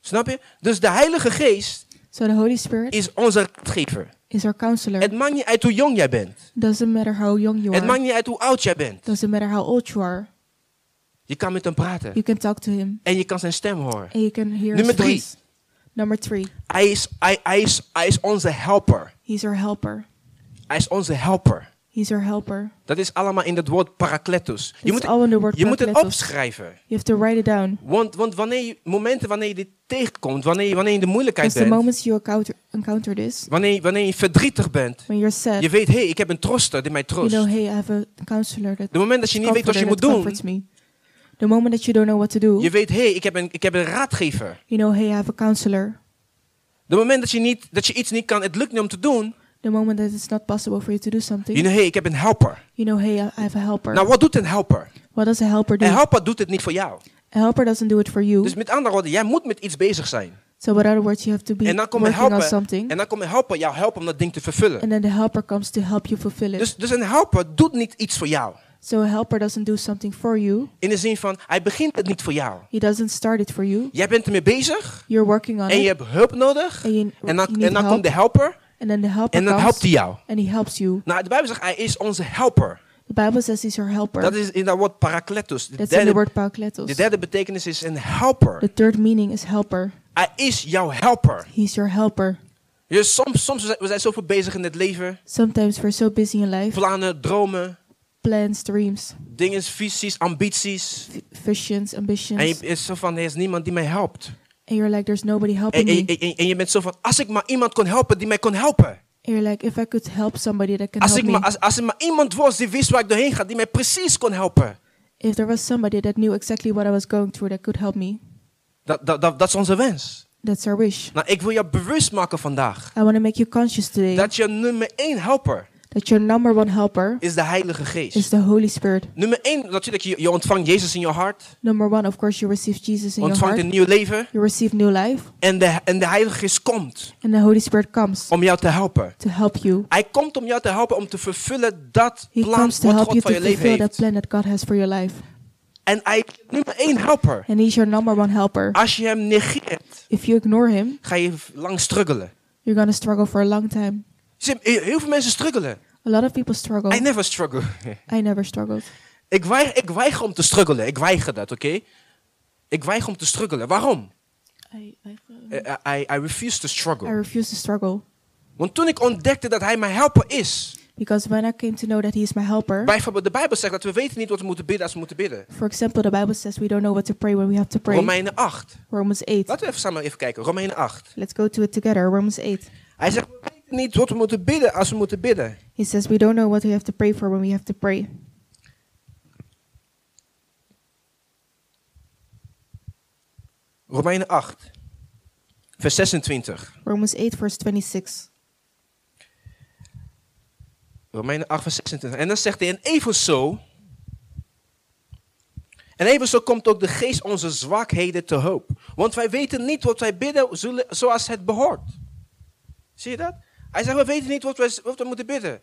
Snap je? Dus de Heilige Geest So the Holy Spirit is onze raadgever. is our counselor. Het maakt niet uit hoe jong jij bent. Doesn't matter how young you Het maakt are. niet uit hoe oud jij bent. Doesn't matter how old you are. Je kan met hem praten. You can talk to Him En je kan zijn stem horen. and you can hear Nummer His drie. voice. Number three, Hij is, hij, hij is, hij is onze helper. He's our helper. Hij is onze helper. He's our helper. Dat is allemaal in het woord parakletos. Je That's moet, all in the word je moet het parakletos. opschrijven. You have to write it down. Want, want wanneer je, momenten wanneer je dit tegenkomt, wanneer je, wanneer je in de moeilijkheid Because the bent, moments you encounter, encounter this, wanneer, je- wanneer je verdrietig bent, when you're sad, je weet, hé, hey, ik heb een trooster die mij you troost. know, hey, I have a counselor that, de moment dat je niet weet wat je comforter moet that doen, comforts me. The moment that you don't know what to do, je weet, hé, hey, ik, heb een- ik heb een raadgever. you know, hey, I have a counselor. De moment dat je, niet, dat je iets niet kan, het lukt niet om te doen, The moment that it's not possible for you to do something, je know, hé, hey, ik heb een helper. you know, hey, I I have a helper. Nou, wat doet een helper? what does a helper do? Een helper doet het niet voor jou. a helper doesn't do it for you. Dus met andere woorden, jij moet met iets bezig zijn. so, in other words, you have to be En dan komt een working on helper, something, en dan komt een helper jou helpen om dat ding te vervullen. and then the helper comes to help you fulfill it. Dus, dus een helper doet niet iets voor jou. so, a helper doesn't do something for you. In de zin van, hij begint het niet voor jou. He doesn't start it for you. Jij bent ermee bezig You're working on en it, je hebt hulp nodig. En je- En dan, je en dan help. komt de helper and then the helper en dan comes, helpt hij jou. and he helps you. Nou, de Bijbel zegt, hij is onze helper. The Bible says he's your helper. Dat is in dat woord parakletos. De That's in the derde, word parakletos. de derde betekenis is een helper. The third meaning is helper. Hij is jouw helper. He's your helper. Dus soms, soms we zijn- we zijn zoveel bezig in het leven. Sometimes we're so busy in life, Plannen, dromen, plans, dreams, dingen, visies, ambities. v- visions, ambitions, En je is zo van, er is niemand die mij helpt. and you're like, there's nobody helping En, en, me. en, en je bent zo van, als ik maar iemand kon helpen die mij kon helpen. And you're like, if I could help somebody that can Als, help ik me. maar, als, als er maar iemand was die wist waar ik doorheen ga, die mij precies kon helpen. If there was somebody that knew exactly what I was going through that could help me, Dat, dat, dat, dat is onze wens. that's our wish. Nou, ik wil jou bewust maken vandaag. I want to make you conscious today Dat je nummer één helper that your number one helper is de Heilige Geest. is the Holy Spirit. Nummer 1, natuurlijk, je, je ontvangt Jezus in je hart. Number one, of course, you receive Jesus in your Ontvangt heart. een nieuw leven. You receive new life, En de, en de Heilige Geest komt and the Holy Spirit comes om jou te helpen. to help you. Hij komt om jou te helpen om te vervullen dat He plan comes to wat help you God van je to leven fulfill that heeft. plan that God has for your life. En hij is nummer 1 helper. And He's your number one helper. Als je hem negeert, If you ignore Him, ga je lang struggelen. you're gonna struggle for a long time. Zie je, eh, Heel veel mensen struggelen. A lot of people struggle. I never struggle. I never struggled. ik, weiger, ik weiger om te struggelen. Ik weiger dat, oké? Ik weiger om te struggelen. Waarom? I, I, I, I, I refuse to I struggle. refuse to struggle Want toen ik ontdekte dat hij mijn helper is... because when I came to know that He is my helper, Bijvoorbeeld, de Bijbel zegt dat we weten niet wat we moeten bidden als we moeten bidden. for example, the Bible says we don't know what to pray when we have to pray. Romeinen 8. Romans 8. Laten we even samen even kijken. Romeinen 8. Let's go to it together. Romans 8. Hij zegt, we weten niet wat we moeten bidden als we moeten bidden. He says we don't know what we have to pray for when we have to pray. Romeinen 8. Vers 26. Romans 8, verse 26. Romeinen 8, vers 26. En dan zegt hij, en evenzo... En evenzo komt ook de geest onze zwakheden te hulp. Want wij weten niet wat wij bidden zullen- zoals het behoort. Zie je dat? Hij zegt, we weten niet wat we, wat we moeten bidden.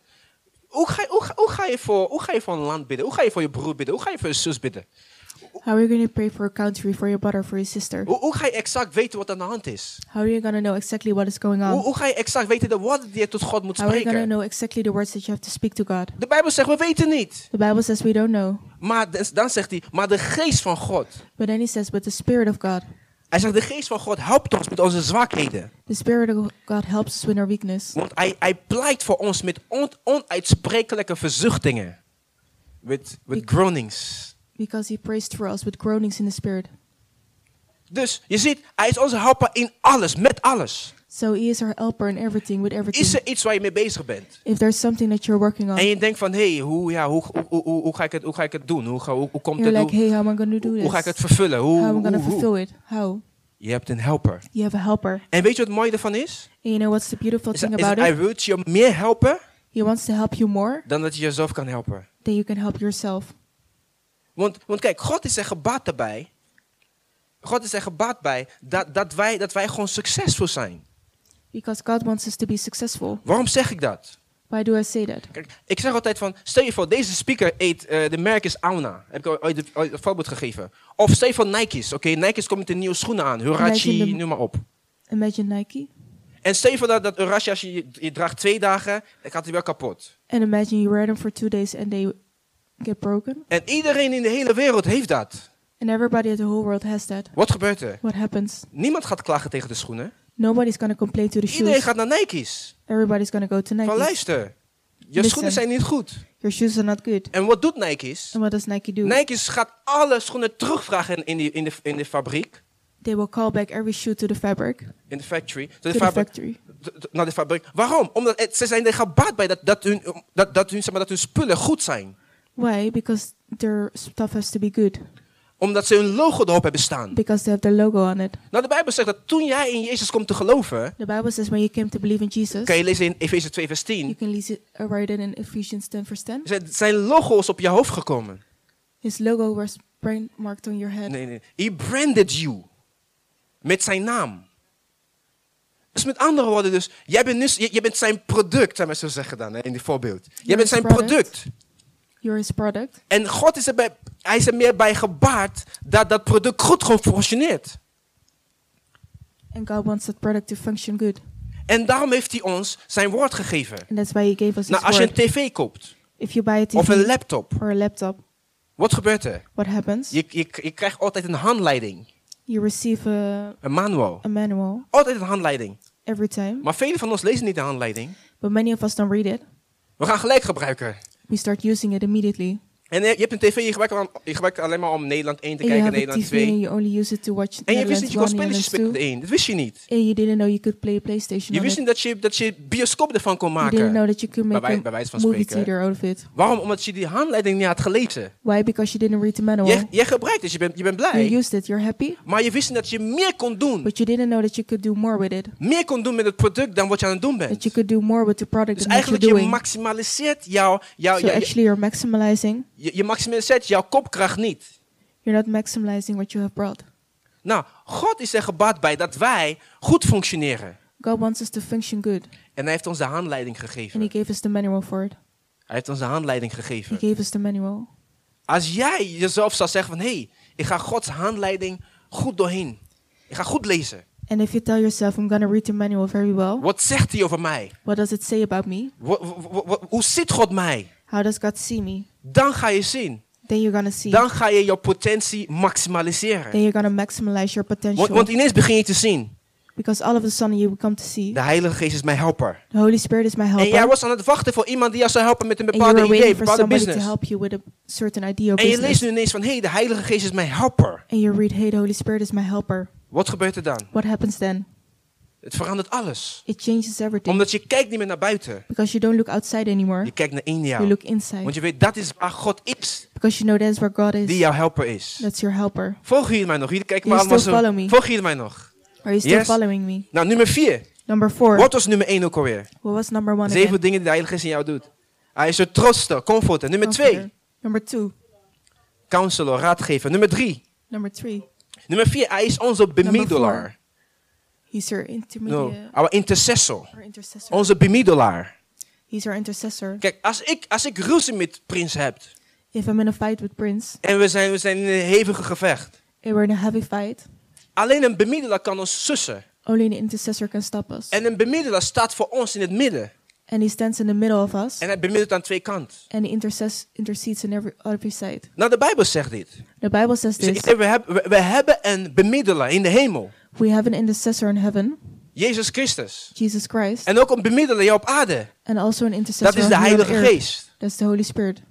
Hoe ga, je- hoe, ga, hoe, ga je voor, hoe ga je voor een land bidden? Hoe ga je voor je broer bidden? Hoe ga je voor je zus bidden? How are you going to pray for a country, for your brother, for your sister? Hoe, hoe ga je exact weten wat aan de hand is? How are you going to know exactly what is going Hoe, on? hoe ga je exact weten de woorden die je tot God moet How are you going to spreken? know exactly the words that you have to speak to God? De Bijbel zegt, we weten niet. The Bible says we don't know. Maar de- dan zegt hij, maar de geest van God. But then he says, but the Spirit of God. Hij zegt, de geest van God helpt ons met onze zwakheden. The Spirit of God helps us with our weakness. Want hij, hij pleit voor ons met on, onuitsprekelijke verzuchtingen. Met, met groanings. Because he prays for us with groanings in the Spirit. Dus je ziet, hij is onze helper in alles, met alles. So he is our helper in everything, with Is everything. er iets waar je mee bezig bent? If there's something that you're working on, En je denkt van, hé, hey, hoe, ja, hoe, hoe, hoe, hoe, hoe ga ik het- hoe ga ik het doen? Hoe, ga- hoe, hoe komt you're het? like, Hoe, hey, how am I going to do hoe, this? hoe ga ik het vervullen? Hoe, How am I going to hoe- hoe? fulfill it? How? Je hebt een helper. You have a helper. En weet je wat mooi ervan is? And you know what's the beautiful Is, thing is about hij it? wil je meer helpen He wants to help you more dan dat je jezelf kan helpen. than you can help yourself. Want, want kijk, God is er gebaat bij. God is er gebaat bij dat, dat, wij, dat wij gewoon succesvol zijn. Because God wants us to be successful. Waarom zeg ik dat? Why do I say that? Kijk, ik zeg altijd van, stel je voor, deze speaker eet, eh, de merk is Auna. Heb ik al- ooit ooit een voorbeeld gegeven. Of stel je voor Nike's, oké, Nike's komt met de nieuwe schoenen aan. Nike Hurachi, de- noem maar op. Imagine Nike. En stel je voor dat, dat Hurachi, als je, je, je draagt twee dagen, dan gaat hij wel kapot. And imagine you wear them for two days and they get broken. En iedereen in de hele wereld heeft dat. And everybody in the whole world has that. Wat gebeurt er? What happens? Niemand gaat klagen tegen de schoenen. Nobody's going to complain to the Iedereen shoes. gaat naar Nike's. Everybody's going to go to Van Nike. luister, je Listen. schoenen zijn niet goed. Your shoes are not good. En wat doet Nike's? And what does Nike do? Nike's gaat alle schoenen terugvragen in, in, die, in, de, in de fabriek. They will call back every shoe to the fabric, In de factory. To to de the fabriek. factory. d- d- naar de fabriek. Waarom? Omdat het- ze zijn er gebaat bij dat, dat, hun, dat, dat, hun, zeg maar, dat hun spullen goed zijn. Why? Because their stuff has to be good. Omdat ze hun logo erop hebben staan. Because they have their logo on it. Nou, de Bijbel zegt dat toen jij in Jezus komt te geloven, The Bible says when you came to believe in Jesus, kan je lezen in Efeze 2 vers you 10, can lease it, uh, write it in Ephesians 10 verse 10. zijn, zijn logo's op je hoofd gekomen. His logo was marked on your head. Nee, nee. He branded you. Met zijn naam. Dus met andere woorden dus, jij bent, dus, je, je bent zijn product, zou men zo zeggen dan, hè, in dit voorbeeld. Jij bent his zijn product. product. You're his product. En God is er, bij, hij is er meer bij gebaard dat dat product goed gewoon functioneert. And God wants that product to function good. En daarom heeft hij ons zijn woord gegeven. And that's why he gave us Nou, als his je een word. tv koopt If you buy a TV of een laptop, or a laptop, wat gebeurt er? what happens? Je, je, je krijgt altijd een handleiding, You receive a, een manual. a manual Altijd een handleiding. every time, Maar velen van ons lezen niet de handleiding. but many of us don't read it. We gaan gelijk gebruiken. We start using it immediately. En eh, je hebt een tv, je gebruikt, hem aan- je gebruikt alleen maar om Nederland 1 te And you kijken, have a Nederland TV 2. and you only use it to watch En je wist niet Netherlands je kon 1 spelletjes spelen Netherlands 2. één. Dat wist je niet. And you didn't know you could play PlayStation Je on wist it. niet dat je, dat je bioscoop ervan kon You didn't know maken. that you could Bij make wij- a bij wijze van movie spreken. theater out of it. Waarom? Omdat je die handleiding niet had gelezen. Why? Because you didn't read the manual. Jij, jij gebruikt het, je bent, je bent You blij. used it, you're happy, Maar je wist niet dat je meer kon doen. but you didn't know that you could do more with it. Meer kon doen met het product dan wat je aan het doen That bent. you could do more with the product Dus than what you're eigenlijk je doing. maximaliseert jouw, jouw, So jouw- actually you're maximizing. je, je maximaliseert jouw kopkracht niet. You're not maximizing what you have brought. Nou, God is er gebaat bij dat wij goed functioneren. God wants us to function good, En hij heeft ons de handleiding and He gegeven. gave us the manual for it. Hij heeft ons de handleiding He gegeven. gave us the manual. Als jij jezelf zou zeggen van... hé, hey, ik ga Gods handleiding goed doorheen. Ik ga goed lezen. And if you tell yourself, I'm gonna read the manual very well, Wat zegt hij over mij? what does it say about me? Wa- wa- wa- wa- hoe ziet God mij? How does God see me? Dan ga je zien. Then you're gonna see. Dan ga je jouw potentie Then maximaliseren. you're gonna maximize your Want, want potential. ineens begin je te zien. Because all of a sudden you come to see. De Heilige Geest is mijn helper. The Holy Spirit is my En jij helper. was aan het wachten voor iemand die jou zou helpen met een And you bepaalde were idee, waiting een for bepaalde somebody to E business. help you with a certain idea or En je leest business. nu ineens van, hé, hey, de Heilige Geest is mijn helper. And you read, hey, the Holy Spirit is my helper. Wat gebeurt er dan? What happens then? Het verandert alles. It changes everything. Omdat je kijkt niet meer naar buiten. Because you don't look outside anymore. Je kijkt naar in You jou. look Want inside. je weet, dat is waar God is. Because you know that's where God Die is. jouw helper is. That's your helper. Volgen jullie mij nog? Jullie kijken me You allemaal still zo. follow me. Volgen jullie mij nog? Are you still Yes. following me? Nou, nummer vier. Number four. Wat was nummer één ook alweer? What was number one Zeven again? dingen die de Heilige Geest in jou doet. Hij is je trooster, comforter. Nummer twee, Comforter. Number two. counselor, raadgever. Nummer drie. Number three. Nummer vier, hij is onze bemiddelaar. He's our No, intermediate our intercessor. or intercessor. Onze bemiddelaar. He's our intercessor. Kijk, als ik, als ik ruzie met Prins heb, If I'm in a fight with Prince, En we zijn, we zijn in een hevige gevecht. and we're in a heavy fight, Alleen een bemiddelaar kan ons sussen. only an intercessor can stop us. En een bemiddelaar staat voor ons in het midden. And he stands in the middle of us, En hij bemiddelt aan twee kanten. and he intercess- intercedes on every, every side. Nou, de Bijbel zegt dit. The Bible says Ze- this Dus We hebben, we- we hebben een bemiddelaar in de hemel. We have an intercessor in heaven, Jezus Christus. Jesus Christ, En ook een bemiddelaar hier op aarde. and also an intercessor Dat is de on here on Heilige earth. Geest. That's the Holy Spirit.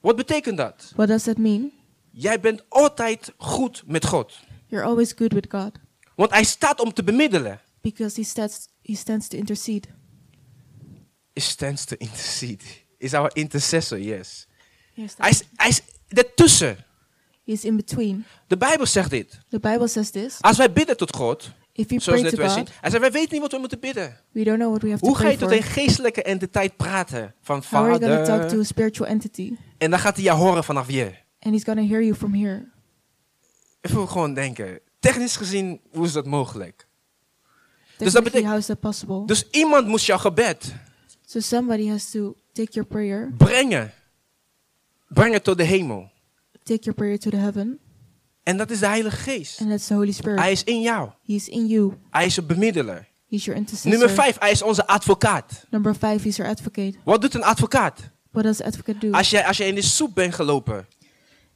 Wat betekent dat? What does that mean? Jij bent altijd goed met God. You're always good with God Want hij staat om te bemiddelen. because he stands, he stands to intercede. He stands to intercede. Is our intercessor, yes. He Hij stands- is, hij is ertussen. He's in between. De Bijbel zegt dit. The Bible says this. Als wij bidden tot God, If you zoals pray net to wij zien, God, hij zegt, wij weten niet wat we moeten bidden. we don't know what we have to Hoe ga pray je tot een for. geestelijke entiteit praten? Van How are you going to talk to vader. a spiritual entity? En dan gaat hij jou horen vanaf je. And he's going to hear you from here. Even gewoon denken. Technisch gezien, hoe is dat mogelijk? Dus dat Technically, betek- how is that possible? Dus iemand moest jouw gebed So somebody has to take your prayer, brengen. Brengen tot de hemel. take your prayer to the heaven, En dat is de Heilige Geest. and that's the Holy Spirit. Hij is in jou. He's in you. Hij is een bemiddelaar. He's your intercessor. Nummer vijf, hij is onze advocaat. Number five, he's your advocate. Wat doet een advocaat? What does advocate do? Als jij, als jij in de soep bent gelopen.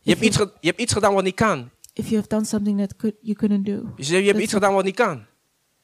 Je hebt, je- iets ge- je hebt iets gedaan wat niet kan. If you have done something that could, you couldn't do, Je, je hebt iets gedaan wat niet kan.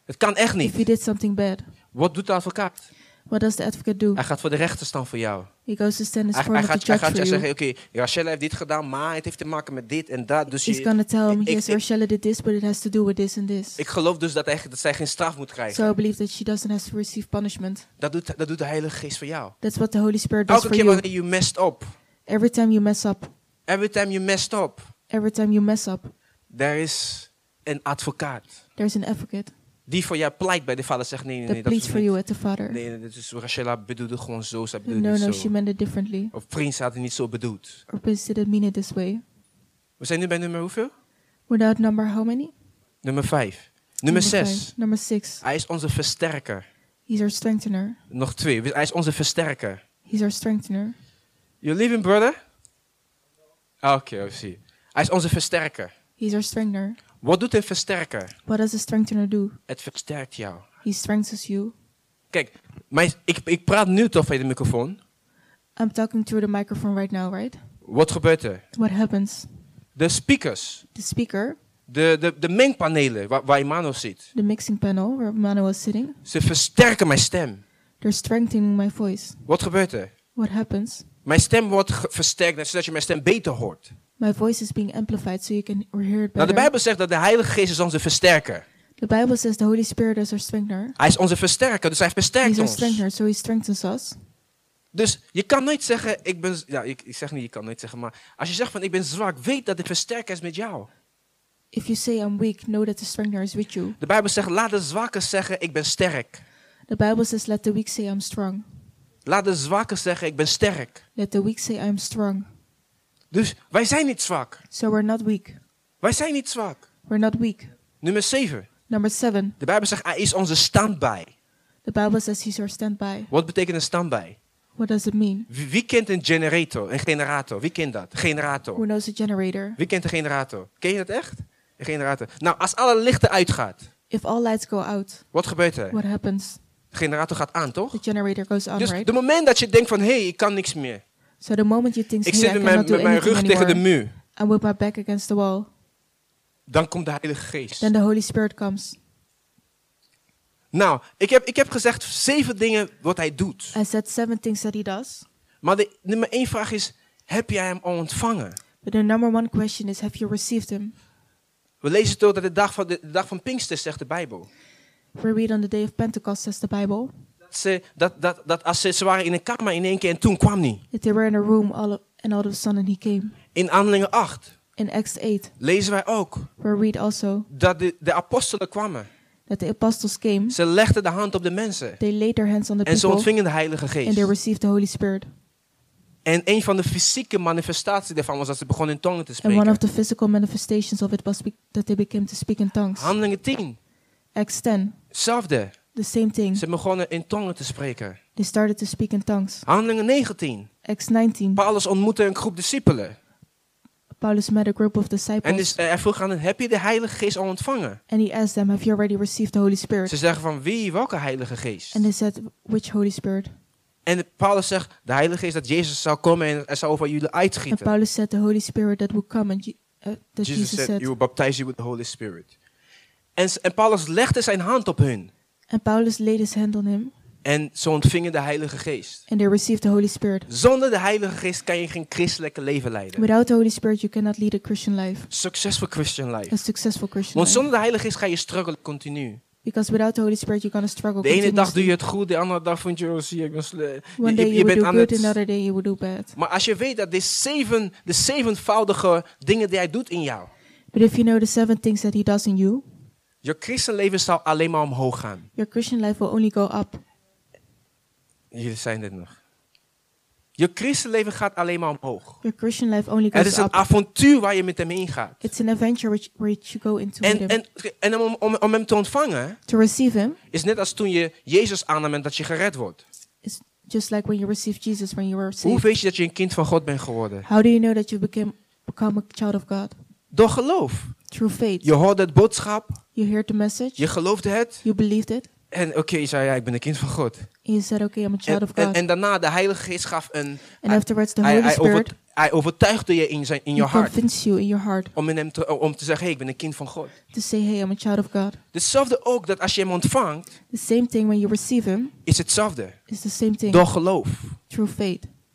Het kan echt if you niet. did something bad, Wat doet de advocaat? what does the advocate do? Hij gaat voor de rechter staan voor jou. He goes to stand in Hij, front hij of the gaat, hij judge gaat for jou zeggen, you. oké, Rachel heeft dit gedaan, maar het heeft te maken met dit en dat. Dus He's je, gonna tell him, ik- yes, ik- Rochelle did this, but it has to do with this and this. ik geloof dus dat, hij, dat zij geen straf moet krijgen. So I believe that she doesn't have to receive punishment. Dat doet, dat doet de Heilige Geest voor jou. That's what the Holy Spirit does Elke for keer you. wanneer je messed up, Every time you mess up, every time you messed up, every time you mess up, there is een advocaat. there's an advocate Die voor jou pleit bij de vader zegt, nee, nee, nee, that dat is pleads for niet. you at the Father. Nee, nee, dat is, Rachela bedoelde gewoon zo, zij bedoelde No, no, niet zo. she meant it differently. Of Prins had het niet zo bedoeld. Or please didn't mean it this way. We zijn nu bij nummer hoeveel? Without number, how many? Nummer vijf. Nummer zes. five. Number six. Hij is onze versterker. He's our strengthener. Nog twee. Hij is onze versterker. He's our strengthener. You leaving, brother? Ah, Oké, I see. Hij is onze versterker. He's our strengthener. Wat doet een versterker? What does a strengthener do? Het versterkt jou. He strengthens you. Kijk, mijn, ik, ik praat nu toch bij de microfoon. I'm talking through the microphone right now, right? Wat gebeurt er? What happens? De speakers, The speaker, de, de, de mengpanelen waar, waar Emmanuel zit, the mixing panel where Manuel is sitting, ze versterken mijn stem. they're strengthening my voice. Wat gebeurt er? What happens? Mijn stem wordt ge- versterkt zodat je mijn stem beter hoort. My voice is being amplified so you can hear it Nou, better. de Bijbel zegt dat de Heilige Geest is onze versterker. The Bible says the Holy Spirit is our strengthener. Hij is onze versterker, dus hij versterkt He's our ons. strengthener, so he strengthens us. Dus je kan nooit zeggen, ik ben... z- Ja, ik, ik zeg niet, je kan nooit zeggen, maar als je zegt van ik ben zwak, weet dat de versterker is met jou. If you say I'm weak, know that the strengthener is with you. De Bijbel zegt, laat de zwakken zeggen, ik ben sterk. The Bible says let the weak say I'm strong. Laat de zwakken zeggen, ik ben sterk. Let the weak say I'm strong. Dus wij zijn niet zwak. So we're not weak. Wij zijn niet zwak. We're not weak. Nummer 7. Number seven, De Bijbel zegt, hij is onze standbij. the Bible says he's our standby. Wat betekent een standbij? What does it mean? Wie, wie kent een generator? Een generator. Wie kent dat? Who Generator. knows a generator? Wie kent een generator? Ken je dat echt? Een generator. Nou, als alle lichten uitgaat, If all lights go out, wat gebeurt er? what happens? De generator gaat aan, toch? The generator goes on, Dus right? de moment dat je denkt van, hé, hey, ik kan niks meer. so the moment you think, Ik hey, zit I met cannot mijn, do met mijn anything rug tegen de anymore, muur. and with my back against the wall, Dan komt de Heilige Geest. then the Holy Spirit comes. Nou, ik heb, ik heb gezegd zeven dingen wat hij doet. I said seven things that he does, Maar de nummer één vraag is, heb jij hem al ontvangen? but the number one question is, have you received him? We lezen tot de dag van, de, de dag van Pinkster, zegt de Bijbel. We read on the day of Pentecost, says the Bible, Dat, ze, dat, dat, dat als ze, ze waren in een kamer in één keer en toen kwam hij. that they were in a room all of, and all of a sudden he came. In Handelingen 8 In Acts 8, lezen wij ook we read also dat de, de apostelen kwamen. that the apostles came, Ze legden de hand op de mensen. they laid their hands on the En ze people, ontvingen de Heilige and they Geest. received the Holy Spirit. En een van de fysieke manifestaties daarvan was dat ze begonnen in tongen te And one spreken. of the physical manifestations of it was be- that they became to speak in tongues. Handelingen 10, Acts 10, hetzelfde. the same thing. Ze begonnen in tongen te spreken. They started to speak in tongues. Handelingen 19, Acts 19. Paulus ontmoette een groep discipelen. Paulus met a group of En disciples dus, eh, hij vroeg aan hen, heb je de Heilige Geest al ontvangen? and he asked them, Have you already received the Holy Spirit? Ze zeggen van, wie, welke Heilige Geest? And they said, Which Holy Spirit? En Paulus zegt, de Heilige Geest dat Jezus zou komen en er zou over jullie And uitschieten. Paulus said, The Holy Spirit that will come and Je- uh, that Jesus Jesus said, said. you will baptize you with the Holy Spirit. En, s- en Paulus legde zijn hand op hun. And Paulus laid his hand on him En ze ontvingen de Heilige Geest. and they received the Holy Spirit. Zonder de Heilige Geest kan je geen christelijke leven leiden. Without the Holy Spirit, you cannot lead a Christian life, Successful Christian a life. successful Christian Want life. zonder de Heilige Geest ga je struggelen continu. Because without the Holy Spirit, you're going to struggle. De ene dag doe continuously. je het goed, de andere dag vind je, oh zie ik ben sle- One Je, day je, you, je will bent do aan good, het... another day you will do bad. Maar als je weet dat de, zeven, de zevenvoudige dingen die hij doet in jou, But if you know the seven things that he does in you, je christenleven zal alleen maar omhoog gaan. your Christian life will only go up. Jullie zijn dit nog. Je christenleven gaat alleen maar omhoog. Your Christian life only Het goes Er is een up. avontuur waar je met hem ingaat. It's an adventure which, which you go into En, with him. en, en om, om, om hem te ontvangen, To receive him is net als toen je Jezus aannam en dat je gered wordt. is just like when you receive Jesus when you were saved. Hoe weet je dat je een kind van God bent geworden? How do you know that you became become a child of God? Door geloof. Through faith. Je hoorde het boodschap, You heard the message, je geloofde het. you believed it, En oké, je zei ja, ik ben een kind van God. and you said, Okay, I'm a child En, of en, God. en daarna, de Heilige Geest gaf een... And afterwards, the Hij, Holy hij, Spirit over- hij overtuigde je in, zijn, in will je hart. convince you in your heart Om, in hem te, om te zeggen, hey, ik ben een kind van God. to say, Hey, I'm a child of God. Hetzelfde ook, dat als je hem ontvangt, The same thing when you receive him is hetzelfde. is the same thing Door geloof. through faith.